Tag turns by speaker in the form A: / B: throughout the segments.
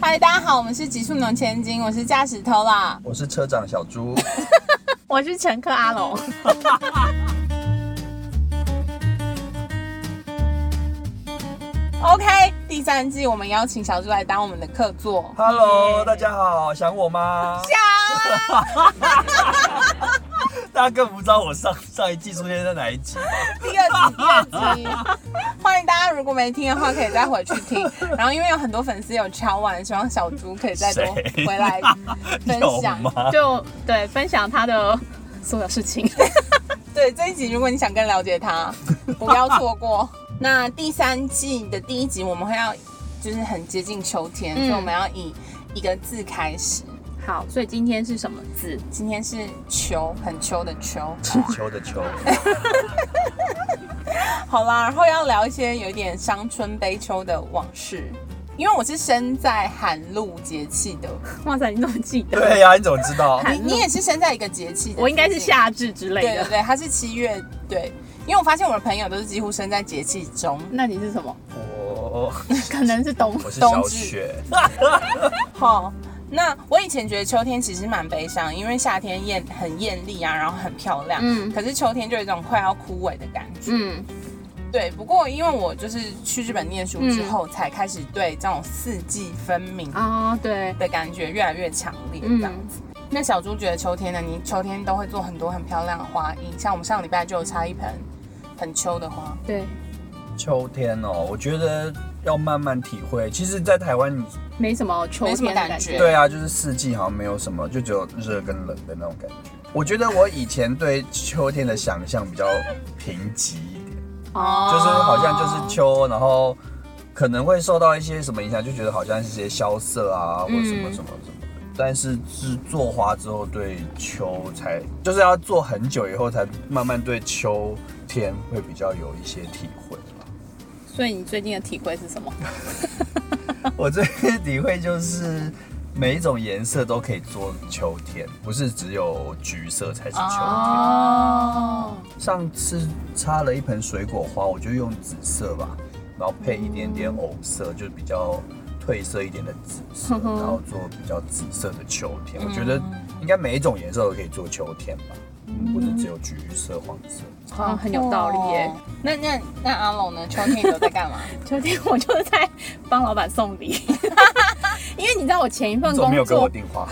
A: 嗨，大家好，我们是极速农千金，我是驾驶偷啦，
B: 我是车长 小猪，
A: 我是乘客阿龙。OK，第三季我们邀请小猪来当我们的客座。
B: Hello，大家好，想我吗？
A: 想，
B: 大家更不知道我上上一季出现在哪一集。
A: 第二集，第二集，欢迎大家如果没听的话，可以再回去听。然后因为有很多粉丝有敲完，希望小猪可以再多
B: 谁
A: 回来分
B: 有
A: 享。
B: 吗？
C: 就对分享他的所有 事情。
A: 对这一集，如果你想更了解 他，不要错过。那第三季的第一集，我们会要就是很接近秋天，所
C: 嗯
A: 以我们要以一个字开始。
C: 好，所以今天是什么字？
A: 今天是秋，很秋的秋。
B: 只秋的秋，
A: 好啦，然后要聊一些有一点伤春悲秋的往事，因为我是生在寒露节气的，
C: 哇塞，你怎么记得？
B: 对呀、你怎么 知道？
C: 寒
A: 你
C: 露
A: 你也是生在一个节气的，
C: 我应该是。夏至之类
A: 对对
C: 的。
A: 对，他是七月，对，因为我发现我的朋友都是几乎生在节气中。
C: 那你是什么？
B: 我
C: 可能是冬。
B: 我是
A: 冬
B: 小
A: 至
B: 雪，
A: 好，那我以前觉得秋天其实蛮悲伤，因为夏天艳很艳丽啊，然后很漂亮，
C: 嗯
A: 可是秋天就有一种快要枯萎的感觉。
C: 嗯，
A: 对，不过因为我就是去日本念书之后，才开始对这种四季分明
C: 啊，对，
A: 的感觉越来越强烈，这
C: 嗯
A: 样子。那小猪觉得秋天呢，你秋天都会做很多很漂亮的花艺，像我们上礼拜就有插一盆很秋的花，
C: 对，
B: 秋天哦，我觉得要慢慢体会。其实，在台湾，你
C: 没什么秋
A: 没什么
C: 天的
A: 感
C: 感
A: 觉
C: 觉。
B: 对啊，就是四季好像没有什么，就只有热跟冷的那种感觉。我觉得我以前对秋天的想象比较贫瘠一点。
C: 哦，
B: 就是好像就是秋，然后可能会受到一些什么影响，就觉得好像是些萧瑟啊，或者什么什么什么的。但是是做花之后，对秋才就是要做很久以后，才慢慢对秋天会比较有一些体会吧。
C: 哦所以你最近的体会是什么？
B: 我最近体会就是。每一种颜色都可以做秋天，不是只有橘色才是秋天。
C: 哦，
B: 上次插了一盆水果花，我就用紫色吧，然后配一点点藕色，就比较褪色一点的紫色，
C: 嗯哼嗯
B: 然后做比较紫色的秋天。我觉得应该每一种颜色都可以做秋天吧，不是只有橘色、黄色。
C: 哦很有道理耶
A: 哦。那那那阿龙呢？秋天你都在干嘛？
C: 秋天我就是在帮老板送 礼，因为你知道我前一份
B: 怎么没
C: 工
B: 有跟我
C: 作，
B: 订花？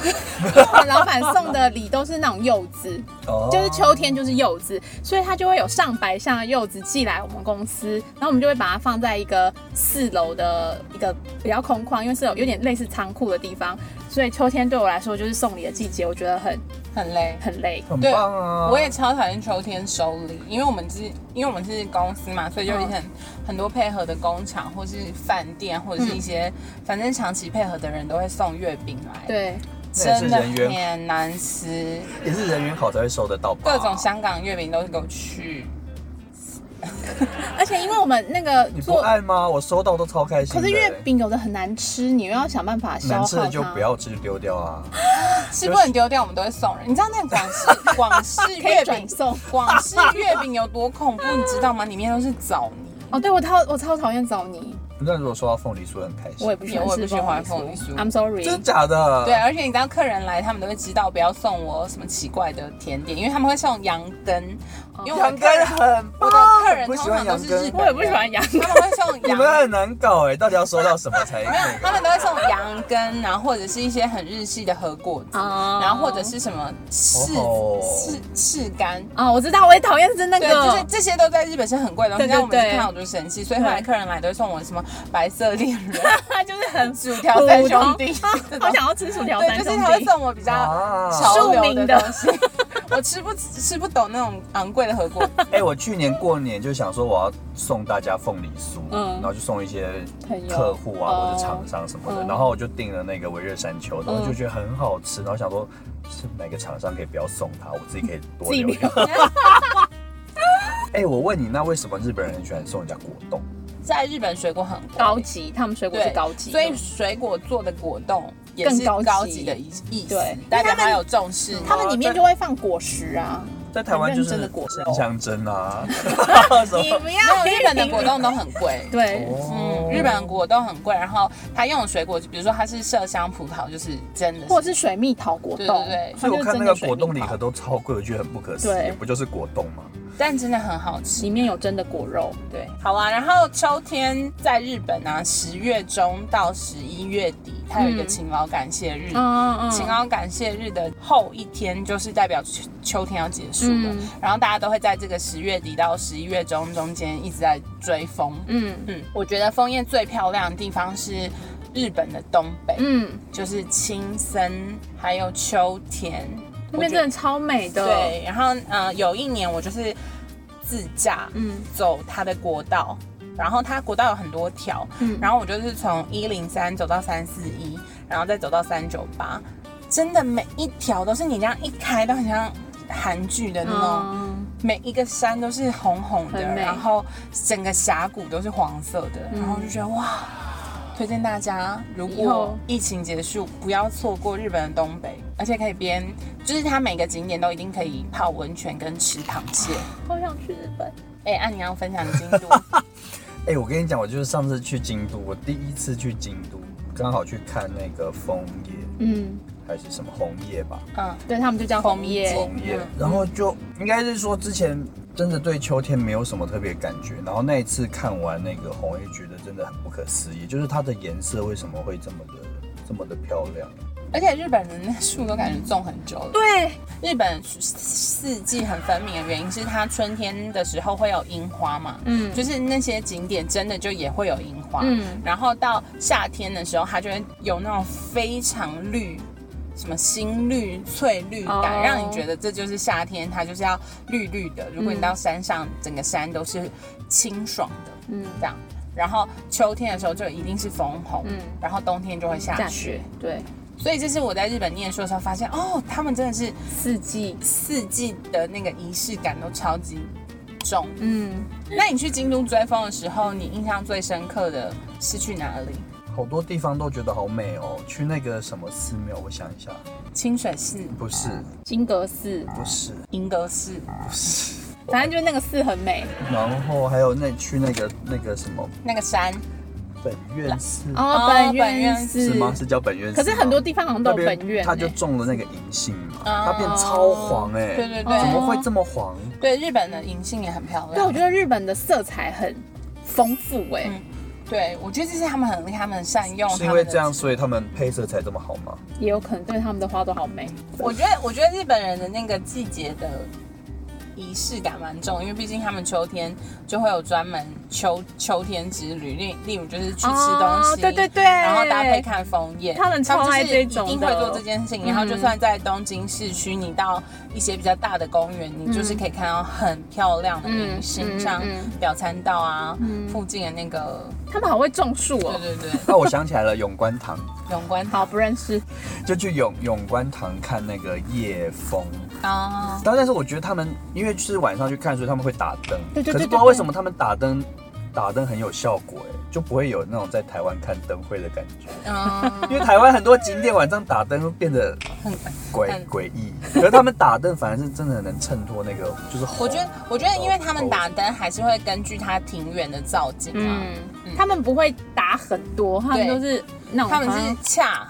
C: 我老板送的礼都是那种柚子，
B: 哦
C: 就是秋天就是柚子，所以它就会有上百箱的柚子寄来我们公司，然后我们就会把它放在一个四楼的一个比较空旷，因为是有有点类似仓库的地方，所以秋天对我来说就是送礼的季节，我觉得很
A: 很累。
C: 很累。
B: 很
A: 对
B: 棒啊！
A: 我也超讨厌秋天收礼，因为我们是，因为我们是公司
B: 嗯
A: 嘛，所以就很、很多配合的工厂或是饭店或者是一些、
B: 嗯
A: 反正长期配合的人都会送月饼来，，
C: 对，
B: 那也是
A: 真的
B: 人缘
A: 很难吃，
B: 也是人缘好才会收得到吧。
A: 各种香港月饼都是给我去，
C: 而且因为我们那个
B: 你不
C: 做，
B: 爱吗？我收到都超开心
C: 可
B: 的欸。
C: 是月饼有的很难吃，你又要想办法消
B: 难
C: 耗
B: 吃
C: 它。
B: 的就不要吃，就丢掉啊。
A: 吃不能丢掉，我们都会送人。你知道那个广式广 式
C: 可以
A: 月饼
C: 转，送。
A: 广式月饼有多恐怖，你知道吗？里面都是枣
B: 嗯
A: 泥，
C: 哦，对我超我超讨厌枣泥，
B: 那如果收到凤梨酥很开心，
C: 我也不喜欢
A: 我也
C: 吃
A: 不喜欢
C: 凤
A: 凤
C: 梨
A: 梨酥
C: 酥。I'm sorry。
B: 真假的？
C: 啊
A: 对，而且你知道客人来，他们都会知道不要送我什么奇怪的甜点，因为他们会送羊羹，因为我的哦客
B: 嗯羊羹
A: 人
B: 很棒，
A: 我的客人
B: 不
A: 通
B: 喜
A: 常
B: 欢
A: 都
B: 羊
A: 是日
B: 羹，
A: 本人，
C: 我也不喜欢羊
A: 他们会送
B: 你
A: 羊
B: 们很难搞哎，到底要收到什么才可以？
A: 他们都会送羊羹，然后或者是一些很日系的和果子，
C: 哦
A: 然后或者是什么柿
B: 哦
A: 柿柿干。
C: 啊、我知道，我也讨厌吃那个。
A: 对，就是这些都在日本是很贵的东西，
C: 对对
A: 但我每次
C: 对
A: 看到我就生气，所以后来
C: 对
A: 客人来都会送我什么白色恋人、
C: 他就是很
A: 薯条三兄弟 这
C: 普通
A: 种
C: 好，想要吃薯条
A: 对，
C: 三
A: 就是
C: 兄
A: 他会
C: 弟。
A: 送我比较
B: 啊！
A: 潮流
C: 庶民
A: 的
C: 的
A: 东西， 我吃不吃不懂那种昂贵的和 果子。
B: 哎，我去年过年就想说我要送大家凤梨酥，
C: 嗯
B: 然后就送一些
C: 朋友
B: 客户啊
C: 哦
B: 或者厂商什么的，
C: 嗯
B: 然后我就订了那个维热山丘，然后
A: 嗯
B: 就觉得很好吃，然后想说是哪个厂商可以不要送他，我自己可以多
C: 自己
B: 留一
C: 留
B: 点。哎，我问你，那为什么日本人很喜欢送人家果冻？
A: 在日本水果很贵
C: 高级，他们水果是高级的，
A: 所以水果做的果冻也是
C: 更高级
A: 高级的意意思
C: 对，
A: 代表
C: 因为他们
A: 它有重视。
C: 他们里面就会放果实啊，
B: 在台湾就
A: 很认真
B: 是
A: 的果冻
B: 真香针啊，什
C: 你
B: 么
C: 不
A: 然 后
C: 要。
A: 哦日本的果冻都很贵
C: 对，
B: 哦
A: 嗯，日本的果冻很贵，然后它用的水果，比如说它是麝香葡萄，就是真的是，
C: 或者是水蜜桃果
A: 对
C: 冻
A: 对，对，
B: 所以我看那个果冻礼
C: 它
B: 盒都超贵，我觉得很不可思
C: 对
B: 议，不就是果冻吗？
A: 但真的很好吃
C: 里。面有真的果肉。
A: 对，好啦，然后秋天在日本啊，十月中到十一月底，它有一个
C: 嗯
A: 勤劳感谢日。
C: 嗯嗯
A: 勤劳感谢日的后一天，就是代表秋秋天要结束了。
C: 嗯
A: 然后大家都会在这个十月底到十一月中中间一直在追风。
C: 嗯
A: 嗯，我觉得枫叶最漂亮的地方是日本的东北，
C: 嗯，
A: 就是青森还有秋田。
C: 那
A: 我
C: 边
A: 觉
C: 真
A: 得
C: 的超美的。，
A: 对，然后呃，有一年我就是自驾，
C: 嗯
A: 走它的国道，然后它国道有很多条，
C: 嗯
A: 然后我就是从一零三走到三四一，然后再走到三九八，真的每一条都是你这样一开都很像韩剧的那种，
C: 嗯，
A: 每一个山都是红红的，
C: 很美嗯
A: 然后整个峡谷都是黄色的，然后就觉得哇。推荐大家，如
C: 以
A: 果
C: 后
A: 疫情结束，不要错过日本的东北，而且可以边，就是它每个景点都一定可以泡温泉跟吃螃 蟹。
C: 好想去日本。
A: 哎、按、你要分享京 都，
B: 哎、我跟你讲，我就是上次去京都，我第一次去京都，刚好去看那个枫叶
C: 嗯，
B: 还是什么红叶吧，
A: 嗯，
C: 对他们就叫红叶。
A: 红
B: 红叶
A: 嗯，
B: 然后就应该是说之前真的对秋天没有什么特别感觉，然后那一次看完那个红叶，觉得真的很不可思议，就是它的颜色为什么会这么的这么的漂亮？
A: 而且日本人的树都感觉种很久了。
C: 对，
A: 日本四季很分明的原因是它春天的时候会有樱花嘛，
C: 嗯
A: 就是那些景点真的就也会有樱花，
C: 嗯
A: 然后到夏天的时候，它就会有那种非常绿。什么新绿、翠绿感
C: 哦
A: 让你觉得这就是夏天，它就是要绿绿的。如果你到山上，整个山都是清爽的，
C: 嗯
A: 这样。然后秋天的时候就一定是枫红，
C: 嗯
A: 然后冬天就会下
C: 下
A: 雪
C: 雪。。对，
A: 所以这是我在日本念书的时候发现，哦，他们真的是
C: 四季。
A: 四季的那个仪式感都超级重。
C: 嗯，
A: 那你去京都追风的时候，你印象最深刻的是去哪里？
B: 好多地方都觉得好美哦，去那个什么寺庙，我想一下，
A: 清水寺、
B: 不是，
C: 金阁寺，
B: 不是，
A: 银阁寺，
B: 不是，
C: 反正就是那个寺很美。
B: 然后还有那去那个那个什么
A: 那个山，
B: 本院寺。
C: 哦，
A: 本
C: 本
A: 院
C: 院
A: 寺
B: 是
C: 寺。
B: 吗？是叫本院寺
C: 可
B: 吗。
C: 是很多地方好像都
B: 那
C: 有
B: 边
C: 本院欸。
B: 他就种了那个银杏嘛，
A: 哦
B: 它变超黄
C: 哦
B: 哎、
A: 对对对
B: 怎么会这么黄？
A: 对日本的银杏也很漂亮。
C: 对，我觉
A: 得，
C: 得日本的色彩很丰富哎、
A: 嗯对我觉得这是他们很厉害，他们善
C: 哦
A: 用。
B: 是因为这样，，所以他们配色才这么好 吗？
C: 也有可能对他们的花都好美。
A: 我觉得，我觉得日本人的那个季节的仪式感蛮重，因为毕竟他们秋天就会有专门秋秋天之旅，例例如就是去吃东西，
C: 哦对对对
A: 然后搭配看枫叶，
C: 他们超爱这种
A: 他们就
C: 的
A: 是一定会做这件事情。然后就算在东京市区，你到一些比较大的公园，你就是可以看到很漂亮的银杏，
C: 嗯嗯
A: 像
C: 嗯
A: 表参道啊、附近的那个，
C: 他们好会种树
A: 对
C: 哦。
A: 对对，
B: 那啊我想起来了，永观堂
A: 永观
C: 好，不认识。
B: 就去永永观堂看那个夜风，
A: 啊，
B: 但但是我觉得他们因为是晚上去看，所以他们会打灯，
C: 对对对
B: 可是不知道为什么他们打灯打灯很有效果哎、就不会有那种在台湾看灯会的感觉，
A: 嗯，
B: 因为台湾很多景点晚上打灯会变得
A: 很
B: 诡
A: 很
B: 诡异，可是他们打灯反而是真的能衬托那个就是红。
A: 我觉得，我觉得，因为他们打灯还是会根据他庭院的造景啊，
C: 嗯，他们不会打很多，他们
A: 对
C: 都是那种
A: 他们
C: 好像
A: 是恰，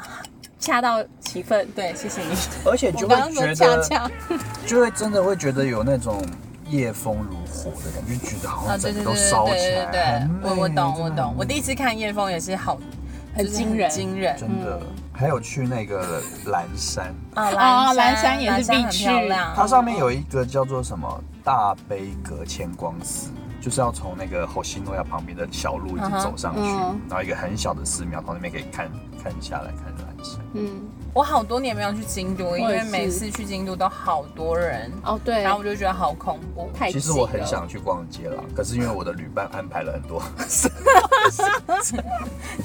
C: 恰到其分。
A: 对，谢谢你。
B: 而且
A: 我
B: 就
A: 刚刚
B: 会
A: 说
B: 觉
A: 恰
B: 得，
A: 恰，
B: 就会真的会觉得有那种夜风如火的感觉，就觉得好
A: 啊，
B: 像
A: 对对对
B: 整个都
A: 对
B: 烧
A: 对
B: 起
A: 对
B: 来。
A: 对
B: 很，美
A: 我我懂
B: 真
A: 我
B: 的
A: 懂，我
B: 很美
A: 第一次看夜风也是好，
C: 很
A: 就是
C: 惊人
A: 惊人
B: 真的
A: 嗯
B: 还有去那个蓝山，
A: 啊！
C: 哦
A: 蓝
C: 蓝山也是
A: 蓝山
C: 必
A: 很
C: 去
A: 漂亮，
B: 它上面有一个叫做什么大悲阁千光寺。就是要从那个侯西诺亚旁边的小路一直
A: 嗯哼
B: 走上去
C: 嗯
B: 然后一个很小的寺庙，从那边可以看看下来看蓝山。
C: 嗯，
A: 我好多年没有去京都，因
C: 我
A: 为
C: 也是
A: 每次去京都都好多人，
C: 哦对，
A: 然后我就觉得好恐怖。
C: 太
B: 其实
C: 近
B: 我很
C: 了
B: 想去逛街啦，可是因为我的旅伴安排了很多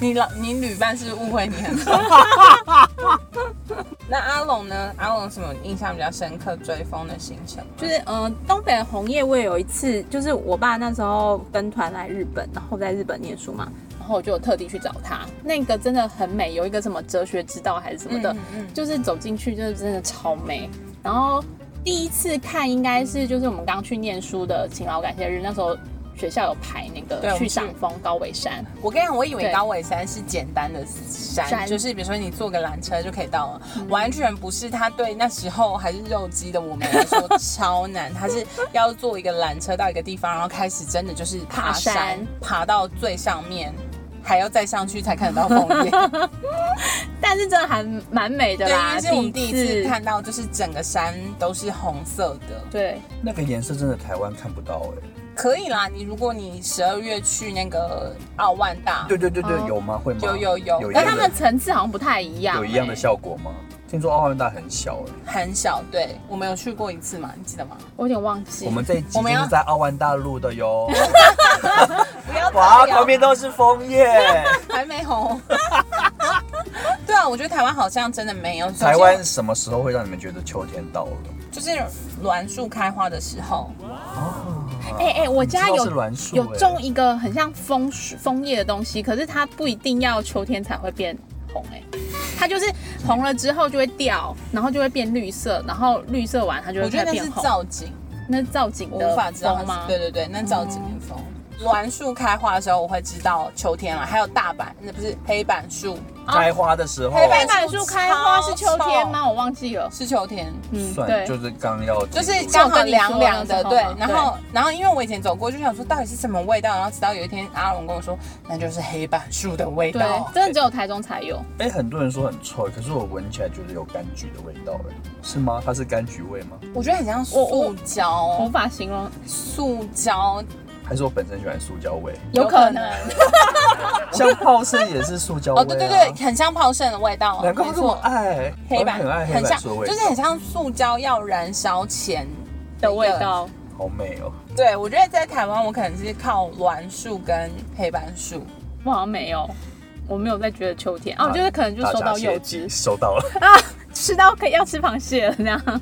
A: 你老你旅伴是误会你很深。 那阿龙呢？阿龙有什么印象比较深刻追风的行程吗？
C: 就是嗯、呃东北的红叶，我也有一次，就是我爸那时候跟团来日本，然后在日本念书嘛，然后我就有特地去找他。那个真的很美，有一个什么哲学之道还是什么的，
A: 嗯嗯嗯
C: 就是走进去就是真的超美。然后第一次看应该是就是我们刚去念书的勤劳感谢日，那时候学校有排那
A: 对我
C: 个
A: 们
C: 去
A: 去
C: 上峰高尾山，
A: 我跟你讲，我以为
C: 对
A: 高尾山是简单的山，
C: 山嗯
A: 就是比如说你坐个缆车就可以到了，完全不是。它对那时候还是肉鸡的我们来说超 难，它是要坐一个缆车到一个地方，然后开始真的就是爬
C: 爬
A: 山，
C: 山
A: 爬到最上面。还要再上去才看得到枫 叶，
C: 但是真的还蛮美的
A: 对，因
C: 啦。
A: 为是我们第一次，看到，就是整个山都是红色的。
C: 对，
B: 那个颜色真的台湾看不到哎、
A: 可以啦，你如果你十二月去那个奥万大，
B: 对对对对，
C: 哦
B: 有吗？会吗？
A: 有有有
B: 有一
C: 但
B: 样
C: 他们
B: 的
C: 层次好像不太一样、
B: 有一样的
C: 欸
B: 效果吗？听说奥万大很小哎、
A: 很小，对我们有去过一次嘛，你记得吗？
C: 我有点忘记。
B: 我们这一集
A: 我们要
B: 就是在奥万大录的哟。
A: 不要
B: 哇，
A: 造谣
B: 旁边都是枫 叶。
A: 还没红。 对啊，我觉得台湾好像真的没有。
B: 台湾什么时候会让你们觉得秋天到了？
A: 就是栾树开花的时候，
C: 哎哎、我家
B: 你知道
C: 有
B: 是栾树
C: 有
B: 欸
C: 种一个很像枫树枫叶的东西，可是它不一定要秋天才会变红哎、它就是红了之后就会掉，然后就会变绿色，然后绿色完它就
A: 我
C: 会
A: 觉
C: 再
A: 得那是
C: 变红。
A: 造景，
C: 那是造景
A: 我
C: 的
A: 无法知道它是
C: 风吗？嗯
A: 对对对，那造景的风。栾树开花的时候，我会知道秋天了。还有大阪，那不是黑板树，
B: 开花的时候，
A: 啊黑白
C: 黑板树开花是秋天吗？我忘记了。
A: 是秋天，
C: 嗯，
B: 算
C: 对，
B: 就是刚要进
A: 就
B: 入，
A: 是刚好凉凉的，
C: 就
A: 对
C: 跟你说。的时候嘛
A: 然后，然后因为我以前走过，就想说到底是什么味道，然后直到有一天阿龙跟我说，那就是黑板树的味
C: 对
A: 道，。
C: 真的只有台中才有。
B: 哎、很多人说很臭，可是我闻起来觉得有柑橘的味道，哎，是吗？它是柑橘味吗？
A: 我觉得很像
C: 我我
A: 塑胶，
C: 我无法形容，
A: 塑胶
B: 还是我本身喜欢塑胶味？
A: 有
C: 有
A: 可
C: 可
A: 能
C: 能。
B: 像泡盛也是塑胶味、啊。
A: 哦，对对对，，很像泡盛的味道，
B: 难怪
A: 没
B: 这么
A: 错，
B: 爱
A: 黑板
B: 我很爱黑
A: 很
B: 板
A: 像，
B: 树的味
A: 就
B: 道，
A: 是很像塑胶要燃烧前
C: 的味
A: 一个。
C: 道。
B: 好美哦。
A: 对，我觉得在台湾，我可能是靠栾树跟黑板树。
C: 我好像没有，我没有再觉得秋天。哦，
B: 啊
C: 就是可能就
B: 大
C: 收
B: 闸
C: 到
B: 蟹
C: 柚子，
B: 收到了。
C: 吃到可以要吃螃蟹了那样。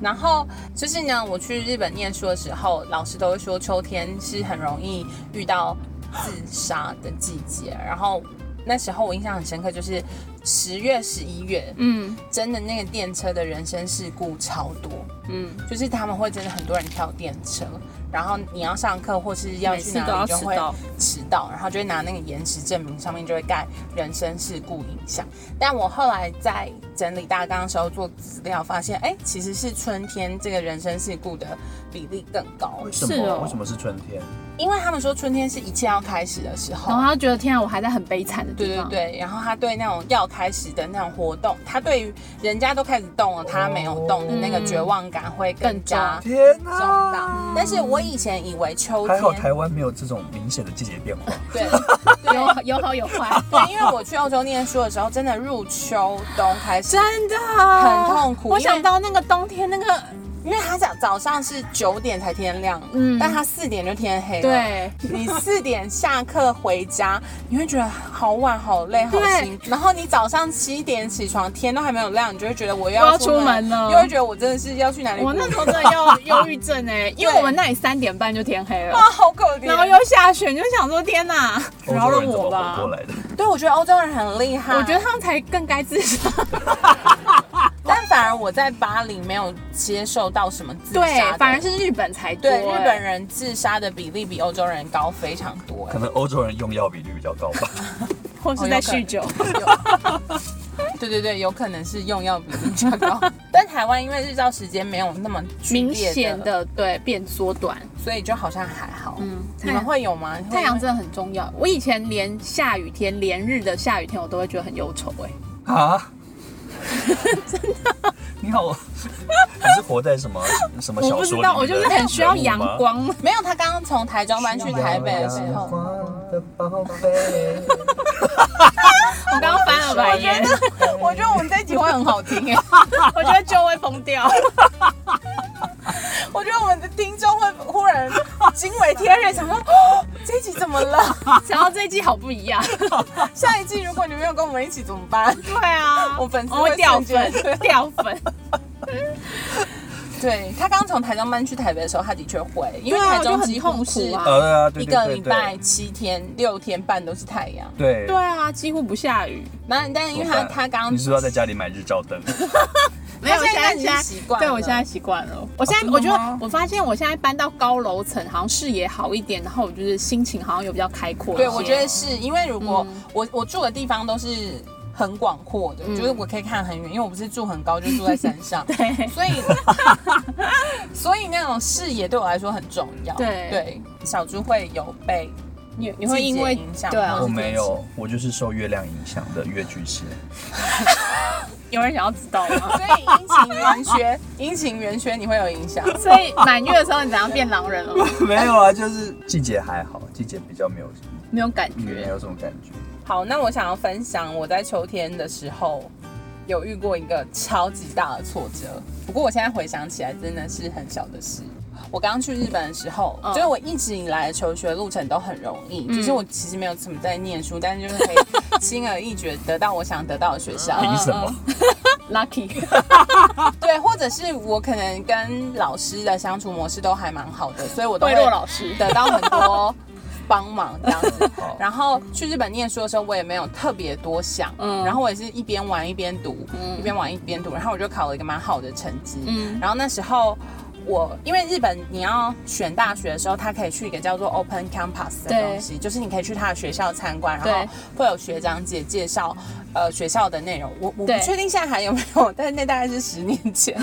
A: 然后就是呢，我去日本念书的时候，老师都会说秋天是很容易遇到自杀的季节。然后那时候我印象很深刻，就是十月、十一月，
C: 嗯
A: 真的那个电车的人身事故超多。
C: 嗯，
A: 就是他们会真的很多人跳电车，然后你要上课或是要
C: 每
A: 去
C: 次都
A: 哪
C: 要
A: 里就
C: 迟
A: 会
C: 到
A: 迟到，然后就会拿那个延迟证明上面就会盖人身事故影响。但我后来在整理大纲的时候做资料，发现哎、其实是春天这个人身事故的比例更高，
B: 为什
C: 是
B: 么？
C: 哦
B: 为什么是春天？
A: 因为他们说春天是一切要开始的时
C: 然后
A: 候。
C: 他觉得天啊，我还在很悲惨的
A: 对
C: 地
A: 对
C: 方。
A: 对，然后他对那种要开始的那种活动，他对于人家都开始动了，他没有动的那个
C: 嗯
A: 绝望感会更
C: 更
A: 加
B: 天
A: 重大
B: 哪！。
A: 但是我以前以为秋
B: 还
A: 天，
B: 好台湾没有这种明显的季节 变化。
A: 对
C: 对，有有好有坏，
A: 对，因为我去欧洲念书的时候，真的入秋冬开始，
C: 真的啊
A: 很痛苦
C: 我
A: 因为
C: 想到那个冬天那个，
A: 因为它早早上是九点才天亮，嗯，
C: 嗯
A: 但它四点就天黑了。，
C: 对，
A: 你四点下课回家，你会觉得好晚、好累、好辛苦。然后你早上七点起床，天都还没有亮，你就会觉得我又
C: 我
A: 要
C: 要出门了
A: 又会觉得我真的是要去哪里？
C: 我那时 候真的要忧郁症哎，因为我们那里三点半就天黑了
A: 啊，。好可怜。
C: 然后又下雪，你就想说天哪，饶
B: 欧洲
C: 了
B: 人怎么
C: 我
B: 活
C: 吧
B: 过！来的？
A: 对，我觉得欧洲人很厉害。
C: 我觉得他们才更该自杀。
A: 但反而我在巴黎没有接受到什么自杀
C: 对
A: 的，
C: 反而是日本才多
A: 对
C: 哎
A: 日本人自杀的比例比欧洲人高非常多。
B: 可能欧洲人用药比率比较高 吧。
C: 或是在酗酒。
A: 对对对，有可能是用药比例较 高。但台湾因为日照时间没有那么剧
C: 明
A: 烈
C: 显
A: 的，
C: 的对变缩短。
A: 所以就好像还好。嗯
C: 嗯，
A: 你们会有吗？
C: 太阳
A: 会
C: 真的很重要。我以前连下雨天、连日的下雨天，我都会觉得很忧愁、哎，
B: 啊？真的？ 你好，你是活在什么什么
C: 我
B: 小
C: 不知
B: 说里面的
C: 道，我就是很需要阳 光。
A: 没有，他刚刚从台中搬去台北的时
B: 人物吗
A: 候，
C: 我刚刚翻了白眼，
A: 我觉得我们这一集会很好听欸 耶。
C: 我觉得就会疯 掉。
A: 我觉得我们的听众会忽然惊为天人，想说、哦、这一集怎么 了？
C: 然后这一季好不一样。
A: 下一季如果你没有跟我们一起怎么办？
C: 对啊
A: 我粉丝
C: 会掉
A: 会瞬间
C: 粉，掉粉。
A: 对他刚从台中搬去台北的时候，他的确会，因为
C: 对啊
A: 台中
C: 就很
A: 几乎
C: 痛苦
A: 是
C: 啊
B: 呃，对啊，对
A: 一
B: 对
A: 个
B: 对
A: 礼拜七天、六天半都是太阳。
B: 对
C: 对啊，几乎不下雨。
A: 那但因为
B: 怎么
A: 他
B: 办
A: 他刚
B: 你是不是要在家里买日照灯？
C: 没有，
A: 他
C: 我
A: 现在
C: 现
A: 已经
C: 在
A: 习惯了
C: 对我现在习惯哦了。我现在、
B: 真的
C: 我觉得
B: 吗
C: 我发现我现在搬到高楼层，好像视野好一点，然后我就是心情好像有比较开阔一些。
A: 对，我觉得是因为如果
C: 嗯，
A: 我、我住的地方都是很广阔的，就是我可以看很远，因为我不是住很高，就住在山上
C: 对。
A: 所以 所以那种视野对我来说很重要。
C: 对
A: 对，小猪会有被
C: 你你会
A: 季节
C: 因为
A: 影响
C: 对啊
A: 或
B: 我
A: 者是
B: 没有，我就是受月亮影响的月 巨蟹。
C: 有人想要知道 吗？
A: 所以阴晴圆缺， 阴晴圆缺你会有影响。
C: 所以满月的时候你怎样变狼人了吗？
B: 没有啊，就是 季节还好，季节比较没有
C: 没有感
B: 没
C: 觉。
B: 有什么感觉。
A: 好，那我想要分享我在秋天的时候有遇过一个超级大的挫折，不过我现在回想起来真的是很小的事。我刚去日本的时候，
C: 嗯
A: 就是我一直以来的求学路程都很容易，就是我其实没有怎么在念书，但是就是可以轻而易举地得到我想得到的学校。
B: 凭什么？
C: Lucky，
A: 对，或者是我可能跟老师的相处模式都还蛮好的，所以我都
C: 贿
A: 会
C: 赂老师。
A: 得到很多帮忙这样子。
B: 好，
A: 然后去日本念书的时候，我也没有特别多想，
C: 嗯
A: 嗯，然后我也是一边玩一边读，
C: 嗯
A: 一边玩一边读，然后我就考了一个蛮好的成绩，
C: 嗯
A: 嗯，然后那时候。我因为日本你要选大学的时候，它可以去一个叫做 Open Campus 的
C: 对
A: 东西，就是你可以去他的学校参观，
C: 对
A: 然后会有学长姐介绍呃学校的内容。我我不
C: 对
A: 确定现在还有没有，但那大概是十年前，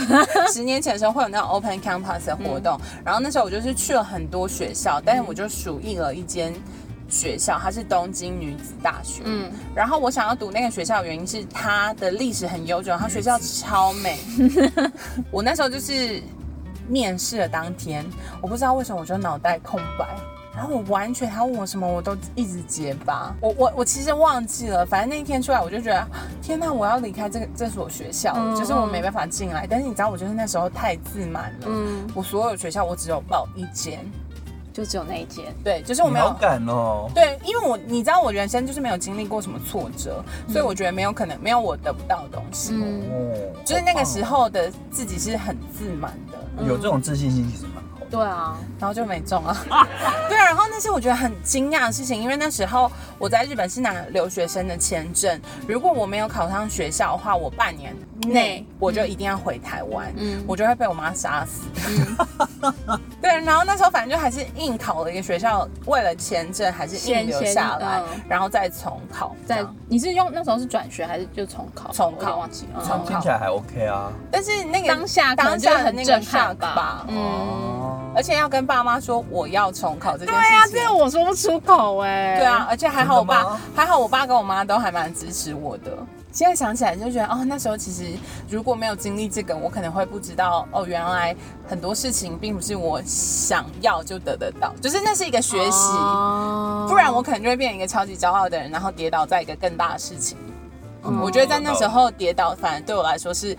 A: 十年前的时候会有那种 Open Campus 的活动，然后那时候我就是去了很多学校，但是我就数一了一间学校，它是东京女子大学。嗯，
C: 嗯，
A: 然后我想要读那个学校的原因是它的历史很悠久，它学校超美。我那时候就是面试的当天，我不知道为什么我就脑袋空白。然后我完全，他问我什么，我都一直结巴。我我我其实忘记了，反正那一天出来，我就觉得，天呐，我要离开这个这所学校了，
C: 嗯
A: 就是我没办法进来。但是你知道，我就是那时候太自满了，
C: 嗯
A: 我所有学校我只有报一间，
C: 就只有那一间。
A: 对，就是我
B: 你
A: 没
B: 好
A: 有
B: 感哦。
A: 对，因为我你知道我人生就是没有经历过什么挫折，所以我觉得没有可能没有我得不到的东西。
C: 嗯，
B: 哦，
A: 就是那个时
B: 好
A: 候的自己是很自满的，
B: 棒哦有这种自信心其实蛮好
A: 嗯
B: 的。
C: 对啊，
A: 然后就没中 啊。对啊，然后那是我觉得很惊讶的事情，因为那时候我在日本是拿留学生的签证，如果我没有考上学校的话，我半年内
C: 内
A: 我就一定要回台湾，
C: 嗯
A: 我就会被我妈杀死。 对，然后那时候反正就还是硬考了一个学校，为了签证还是
C: 先
A: 硬留下
C: 先
A: 来，
C: 嗯
A: 然后再重考。这
C: 在
A: 样
C: 你是用那时候是转学还是就重考？
A: 重考
C: 我有点忘记。嗯
A: 重考
B: 听起来还 OK 啊。
A: 但是那个
C: 当下可能
A: 当
C: 就
A: 下
C: 很
A: 的那个
C: 震撼
A: shock
C: 吧
A: 吧，
C: 嗯
B: 哦，
A: 而且要跟爸妈说我要重考这件
C: 对
A: 事情。
C: 啊，这个我说不出口哎、
A: 对啊，，而且还好我
B: 真的
A: 爸
B: 吗，
A: 还好我爸跟我妈都还蛮支持我的。现在想起来就觉得，哦，那时候其实如果没有经历这个，我可能会不知道，哦，原来很多事情并不是我想要就得得到，就是那是一个学习，
C: 哦
A: 不然我可能就会变成一个超级骄傲的人，然后跌倒在一个更大的事情。
B: 嗯
A: 我觉得在那时候跌倒，反而对我来说是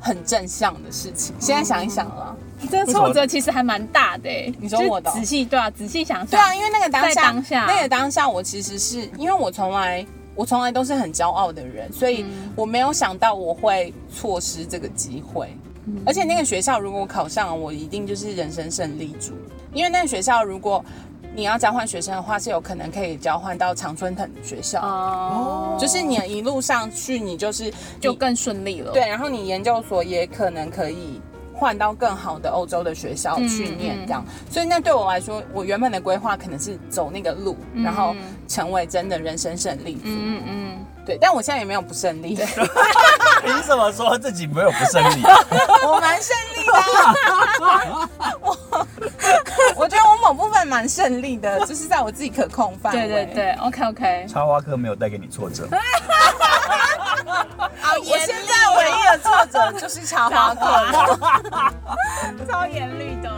A: 很正向的事情。现在想一想了，
C: 这个挫折其实还蛮大的、欸。
A: 你说我的哦
C: 就仔细对啊，仔细想想。
A: 对啊，，因为那个当
C: 在
A: 下，
C: 当下
A: 那个当下，我其实是因为我从来我从来都是很骄傲的人，所
C: 嗯
A: 以我没有想到我会错失这个机会。
C: 嗯
A: 而且那个学校如果我考上了，我一定就是人生胜利组，因为那个学校如果你要交换学生的话，是有可能可以交换到常春藤学校，
C: 哦，
A: 就是你一路上去，你就是
C: 就
A: 你
C: 更顺利了。
A: 对，然后你研究所也可能可以换到更好的欧洲的学校去念
C: 嗯
A: 这样，所以那对我来说，我原本的规划可能是走那个路，然后成为真的人生胜利组。
C: 嗯，嗯
A: 对，但我现在也没有不胜利，
B: 凭什么说自己没有不胜利？
A: 我蛮胜利的。啊 我我觉得我某部分蛮胜利的，就是在我自己可控范
C: 嗯，
A: 围。
C: 对对对，OK OK。
B: 插花课没有带给你 挫折，
A: 啊，我现在唯一的挫
C: 哦
A: 折就是插花课。
C: 超严厉的。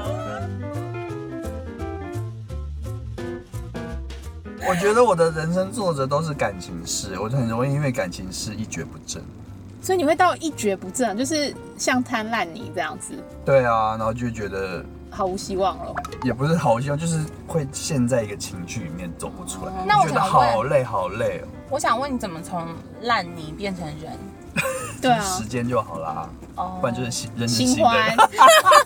B: 我觉得我的人生挫折都是感情事，我就很容易因为感情事一蹶不振。
C: 所以你会到一蹶不振，啊就是像摊烂泥这样子，
B: 对啊，然后就觉得
C: 毫无希望了。
B: 也不是好希望，就是会陷在一个情绪里面走不出来，
A: 那我
B: 觉得
A: 想问
B: 好累好累哦。
A: 我想问你，怎么从烂泥变成人？
C: 对啊，
B: 时间就好啦，
A: 哦
B: 不然就是新认识
C: 新
B: 新的人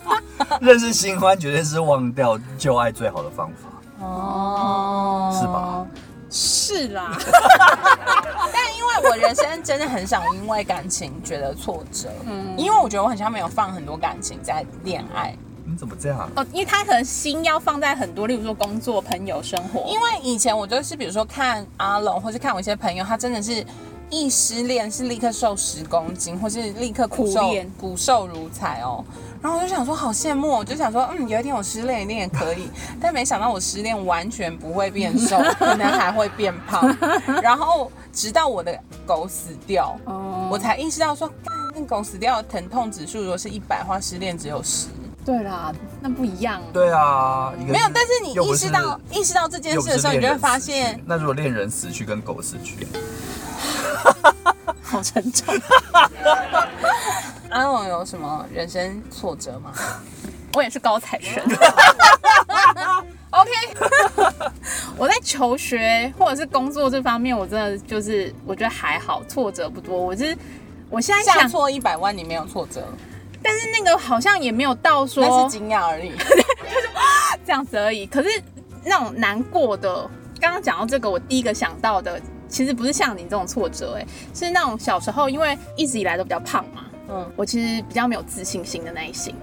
C: 欢。
B: 认识新欢绝对是忘掉旧爱最好的方法。
A: 哦，
B: 是吧？
C: 是啦，
A: 但因为我人人生真的很少因为感情觉得挫折，嗯，因为我觉得我好像没有放很多感情在恋爱，
B: 你怎么这样？啊
C: 哦，因为他可能心要放在很多，例如说工作、朋友、生活。
A: 因为以前我就是比如说看阿龙，或是看我一些朋友，他真的是一失恋是立刻瘦十公斤，或是立刻骨
C: 苦
A: 瘦
C: 练
A: 骨瘦如柴哦。然后我就想说，好羡慕哦，我就想说，嗯，有一天我失恋一定也可以。但没想到我失恋完全不会变 瘦，可能还会变胖。然后直到我的狗死 掉，
C: 哦
A: 我才意识到说，干那狗死掉的疼痛指数如果是一百，话失恋只有十。
C: 对啦，那不一样。
B: 对啊，一个
A: 没有，但是你
B: 又不
A: 意识到意识到这件
B: 又
A: 事
B: 不
A: 的
B: 是
A: 时候，你就
B: 恋
A: 会
B: 人
A: 发
B: 死去
A: 现，
B: 那如果恋人死去跟狗死去，
C: 好沉重。
A: 阿龙有什么人生挫折吗？
C: 我也是高材 生。OK，我在求学或者是工作这方面，我真的就是我觉得还好，挫折不多。我是我现在
A: 下
C: 想，
A: 错一百万，你没有挫折，
C: 但是那个好像也没有到说
A: 那是惊讶而已。
C: 这样子而已。可是那种难过的，刚刚讲到这个，我第一个想到的其实不是像你这种挫折、欸，哎，是那种小时候因为一直以来都比较胖嘛，
A: 嗯，
C: 我其实比较没有自信心的那一型。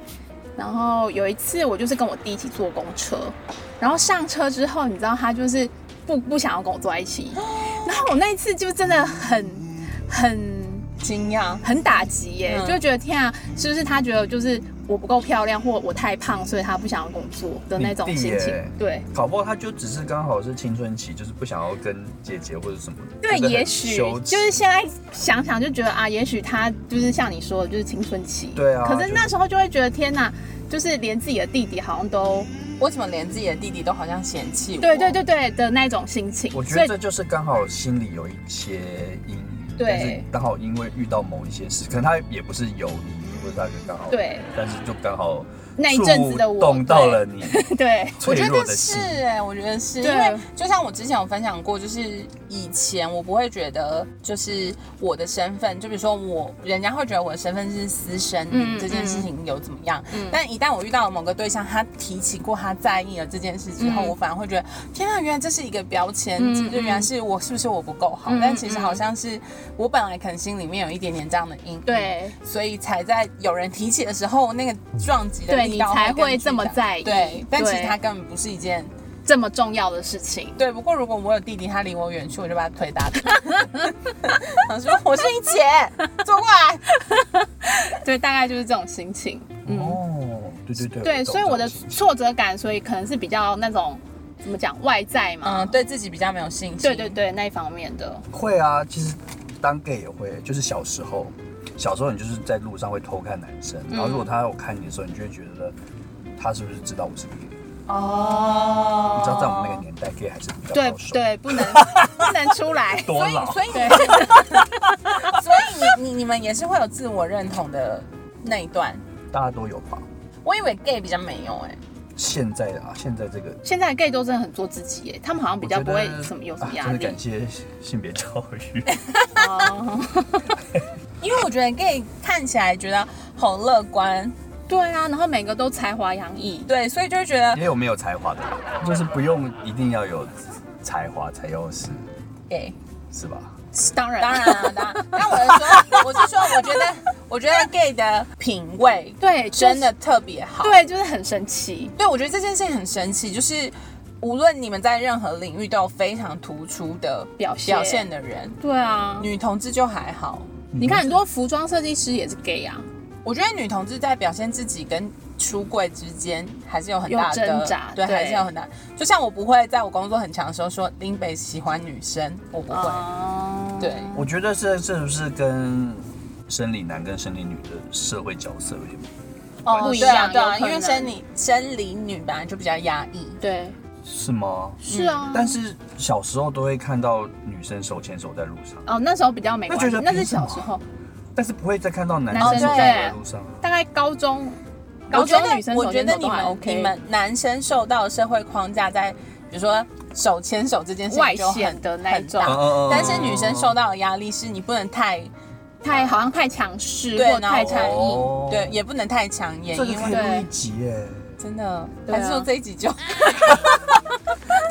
C: 然后有一次我就是跟我弟一起坐公车，然后上车之后，你知道他就是不不想要跟我坐在一起，然后我那一次就真的很很
A: 惊讶。
C: 很打击耶、
A: 嗯
C: 就觉得天啊，是不是他觉得就是我不够漂亮，或我太胖，所以他不想要跟我做的那种
B: 你弟
C: 心情
B: 耶？
C: 对
B: 搞不好他就只是刚好是青春期，就是不想要跟姐姐或者什么。
C: 对，
B: 就是很
C: 也许
B: 羞耻
C: 就是现在想想就觉得啊，也许他就是像你说的，就是青春期。
B: 对啊
C: 可是
B: 就
C: 那时候就会觉得天哪，就是连自己的弟弟好像都
A: 为什么连自己的弟弟都好像嫌弃我？
C: 对对对对的那种心情。
B: 我觉
C: 所
B: 得
C: 以
B: 这就是刚好心里有一些阴影，
C: 对
B: 但是刚好因为遇到某一些事，可能他也不是有你，或者他刚好，
C: 对
B: 但是就刚好
C: 那一阵子的我
B: 触动到了你
C: 对
A: 我
B: 脆
A: 觉
B: 弱
A: 得
B: 的
A: 是
B: 心。
A: 哎、我觉得是因
C: 对
A: 为就像我之前有分享过，就是以前我不会觉得就是我的身份，就比如说我人家会觉得我的身份是私生女、
C: 嗯
A: 这件事情有怎么样，
C: 嗯
A: 但一旦我遇到了某个对象，他提起过他在意了这件事之后，
C: 嗯
A: 我反而会觉得天啊，原来这是一个标签，
C: 嗯
A: 就原来是我是不是我不够好？
C: 嗯
A: 但其实
C: 嗯
A: 好像是我本来可能心里面有一点点这样的阴影，，
C: 对
A: 所以才在有人提起的时候，那个撞击的
C: 对
A: 力
C: 你
A: 道
C: 才
A: 更
C: 会这么
A: 巨大
C: 在意
A: 对，但其实
C: 对
A: 它根本不是一件
C: 这么重要的事情。
A: 对。不过如果我有弟弟，他离我远去，我就把他推打倒。 想说我是你姐，坐过来。
C: 对，大概就是这种心情。
B: 哦，对对对，
C: 嗯对，
B: 懂
C: 所以我
B: 这种
C: 的
B: 心情
C: 挫折感，所以可能是比较那种怎么讲外在嘛，
A: 嗯，对自己比较没有信心。
C: 对对，对，那一方面的，
B: 会啊，其实当 gay 也会，就是小时候，小时候你就是在路上会偷看男生，然后如果
C: 嗯
B: 他有看你的时候，你就会觉得他是不是知道我是 gay？
A: 哦
B: 你知道在我们那个年代，gay 还是比较
C: 对
B: 保守，
C: 对，不能不能出来，
B: 多老。
A: 所以
C: 对，
A: 所以你你你们也是会有自我认同的那一段。
B: 大家都有吧？
A: 我以为 gay 比较没有哎、
B: 现在啊，现在这个
C: 现在的 gay 都真的很做自己耶，他们好像比较不会什么有什么压
B: 啊真
C: 力
B: 的。感谢性别教育，
C: 哦
A: 因为我觉得 gay 看起来觉得好乐观，
C: 对啊，然后每个都才华洋溢，
A: 对，所以就会觉得
B: 也有没有才华的 人，就是不用一定要有才华才要是
A: gay。
B: 是吧？
C: 当然
A: 当然啊，当然。但我是说，我是说，我觉得，我觉得 gay 的品味
C: 对，就是
A: 真的特别好。
C: 对，就是很神奇，
A: 对，我觉得这件事情很神奇，就是无论你们在任何领域都有非常突出的
C: 表现
A: 表现的人，
C: 对啊，
A: 女同志就还好。
C: 你看很多服装设计师也是 gay 啊，
A: 我觉得女同志在表现自己跟出柜之间还是有很大的
C: 有挣扎
A: 对，
C: 对
A: 还是有很大。就像我不会在我工作很强的时候说林北喜欢女生，我不会。
C: 哦，
A: 对，
B: 我觉得这这不是跟生理男跟生理女的社会角色有点不
A: 哦
C: 不一
A: 对啊
C: 样
A: 对啊，
C: 有可
A: 因为
C: 能
A: 生理生理女本来就比较压抑。
C: 对，
B: 是吗？
C: 是啊，
B: 嗯但是小时候都会看到女生手牵手在路上，
C: 哦那时候比较没
B: 那
C: 关
B: 觉得，
C: 系那是
B: 凭什
C: 小
B: 么
C: 时候，
B: 但是不会再看到男
C: 男
A: 生
B: 生手牵手
C: 哦
B: 在
C: 对
B: 路上啊。
C: 大概高中，高
A: 我觉
C: 中
A: 得
C: 女生
A: 我
C: 手
A: 觉
C: 牵
A: 得
C: 手
A: 你
C: 都还
A: 们
C: OK，
A: 你们男生受到的社会框架在，比如说手牵手这件事情
C: 外
A: 就很
C: 显的那一种
A: 很大
B: 嗯嗯嗯嗯
A: 但是女生受到的压力是你不能太
C: 太好像太强势
A: 对
C: 或
A: 然后
C: 太强硬，
B: 哦
A: 对，也不能太抢眼，
B: 这个
A: 因
B: 可以
A: 为
B: 录一集耶。
A: 真的
C: 对啊
A: 还是说这一集就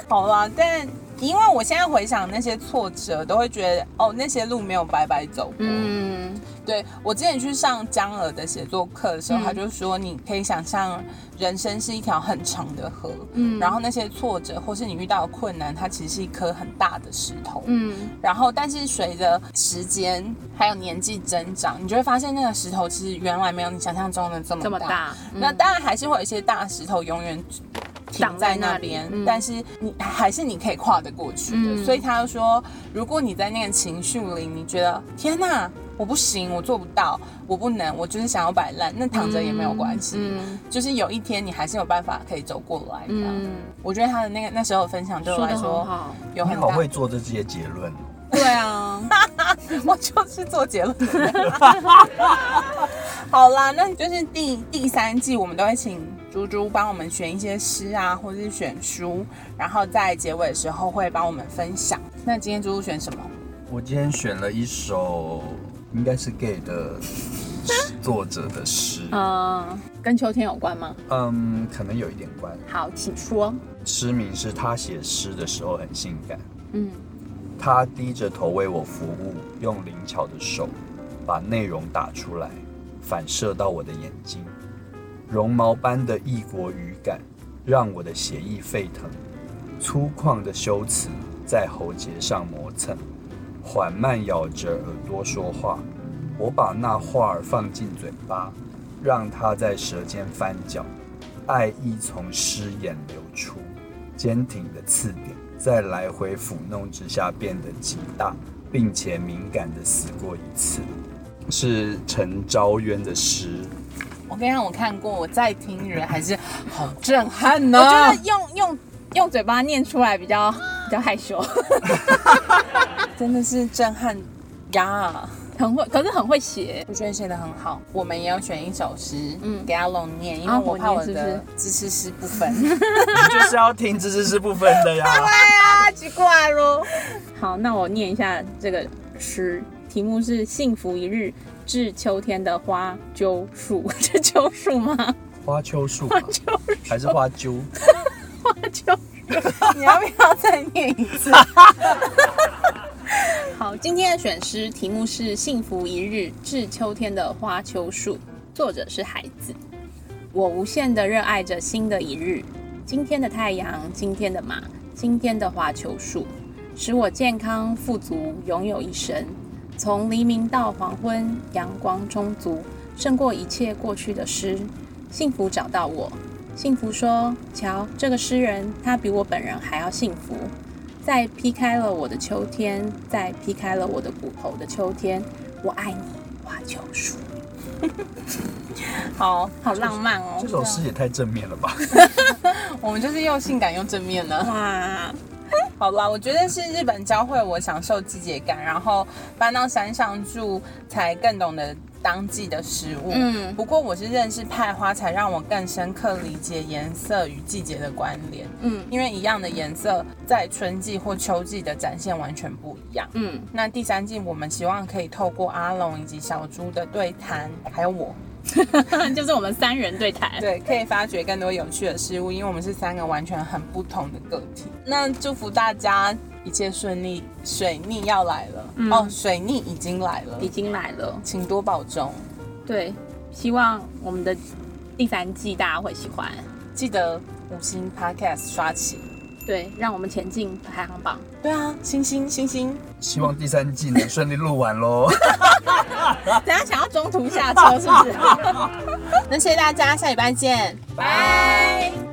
A: 好啦，但因为我现在回想那些挫折，都会觉得哦，那些路没有白白走过。
C: 嗯，
A: 对我之前去上江儿的写作课的时候，
C: 嗯
A: 他就说，你可以想象人生是一条很长的河，
C: 嗯
A: 然后那些挫折或是你遇到的困难，它其实是一颗很大的石头，
C: 嗯，
A: 然后，但是随着时间还有年纪增长，你就会发现那个石头其实原来没有你想象中的这么
C: 这么大，嗯
A: 那当然还是会有一些大石头永远停
C: 挡
A: 在
C: 在
A: 那
C: 那
A: 边
C: 里，嗯
A: 但是你还是你可以跨得过去的。
C: 嗯
A: 所以他就说，如果你在那个情绪里，你觉得天哪，我不行，我做不到，我不能，我就是想要摆烂，那躺着也没有关系。
C: 嗯
A: 就是有一天你还是有办法可以走过来的。
C: 嗯，
A: 我觉得他的那个那时候的分享对我
C: 说
A: 来
C: 的很
A: 说
C: 好，
A: 有
B: 你
A: 很
B: 好
A: 大
B: 会做这些结论哦。
C: 对啊，
A: 我就是做结论的人。 好啦，那就是第第三季，我们都会请猪猪帮我们选一些诗啊，或者是选书，然后在结尾的时候会帮我们分享。那今天猪猪选什么？
B: 我今天选了一首应该是 gay 的作者的诗，
C: 嗯，跟秋天有关吗？
B: 嗯，可能有一点关。
C: 好，请说。
B: 诗名是他写诗的时候很性感，
C: 嗯，
B: 他低着头为我服务，用灵巧的手把内容打出来，反射到我的眼睛，绒毛般的异国语感让我的血液沸腾，粗犷的修辞在喉结上磨蹭，缓慢咬着耳朵说话，我把那话儿放进嘴巴，让它在舌尖翻搅，爱意从诗眼流出。坚挺的刺点，在来回抚弄之下变得极大，并且敏感的死过一次，是陈昭渊的诗。
A: 我跟你讲，我看过，我再听人还是好震撼呢、
C: 我觉得用用用嘴巴念出来比较 比较害羞，
A: 真的是震撼呀！
C: 很会，可是很会写。
A: 我觉得写的很好，我们也要选一首诗，嗯
C: 嗯，
A: 给阿龙念，因为
C: 啊
A: 我
C: 我
A: 怕
C: 念
A: 我
C: 是不
A: 的
C: 是
A: 知识诗不分。
B: 你就是要听知识是不分的 呀。
C: 啊，奇怪喽。好，那我念一下这个诗，题目是《幸福一日致秋天的花鸠树》， 是鸠树吗？
B: 花秋树吧
C: 秋
B: 还是花鸠？
C: 鸠。
A: 你要不要再念一次？
C: 好，今天的选诗题目是《幸福一日致秋天的花秋树》，作者是孩子。我无限的热爱着新的一日，今天的太阳，今天的马，今天的花秋树，使我健康富足，拥有一生。从黎明到黄昏，阳光充足，胜过一切过去的诗。幸福找到我，幸福说：“瞧，这个诗人，他比我本人还要幸福。”在劈开了我的秋天，在劈开了我的骨头的秋天，我爱你，花秋树，
A: 好，
C: 好浪漫哦
B: 这！首诗也太正面了吧！
A: 我们就是又性感又正面呢。
C: 哇，
A: 好啦，我觉得是日本教会我享受季节感，然后搬到山上住才更懂得当季的食物。
C: 嗯
A: 不过我是认识派花，才让我更深刻理解颜色与季节的关联。
C: 嗯
A: 因为一样的颜色在春季或秋季的展现完全不一样。
C: 嗯，
A: 那第三季我们希望可以透过阿龙以及小猪的对谈，还有我，
C: 就是我们三人对谈，
A: 对，可以发掘更多有趣的事物，因为我们是三个完全很不同的个体。那祝福大家一切顺利，水逆要来了、哦，水逆已经来了
C: 已，经来了，
A: 请多保重，
C: 对，希望我们的第三季大家会喜欢，
A: 记得五星 Podcast 刷起。
C: 对，让我们前进排行榜，
A: 对啊，星星星星，
B: 希望第三季能顺利录完喽。
C: 等下想 要中途下车是不是？
A: 那谢谢大家，下礼拜见，
C: 拜。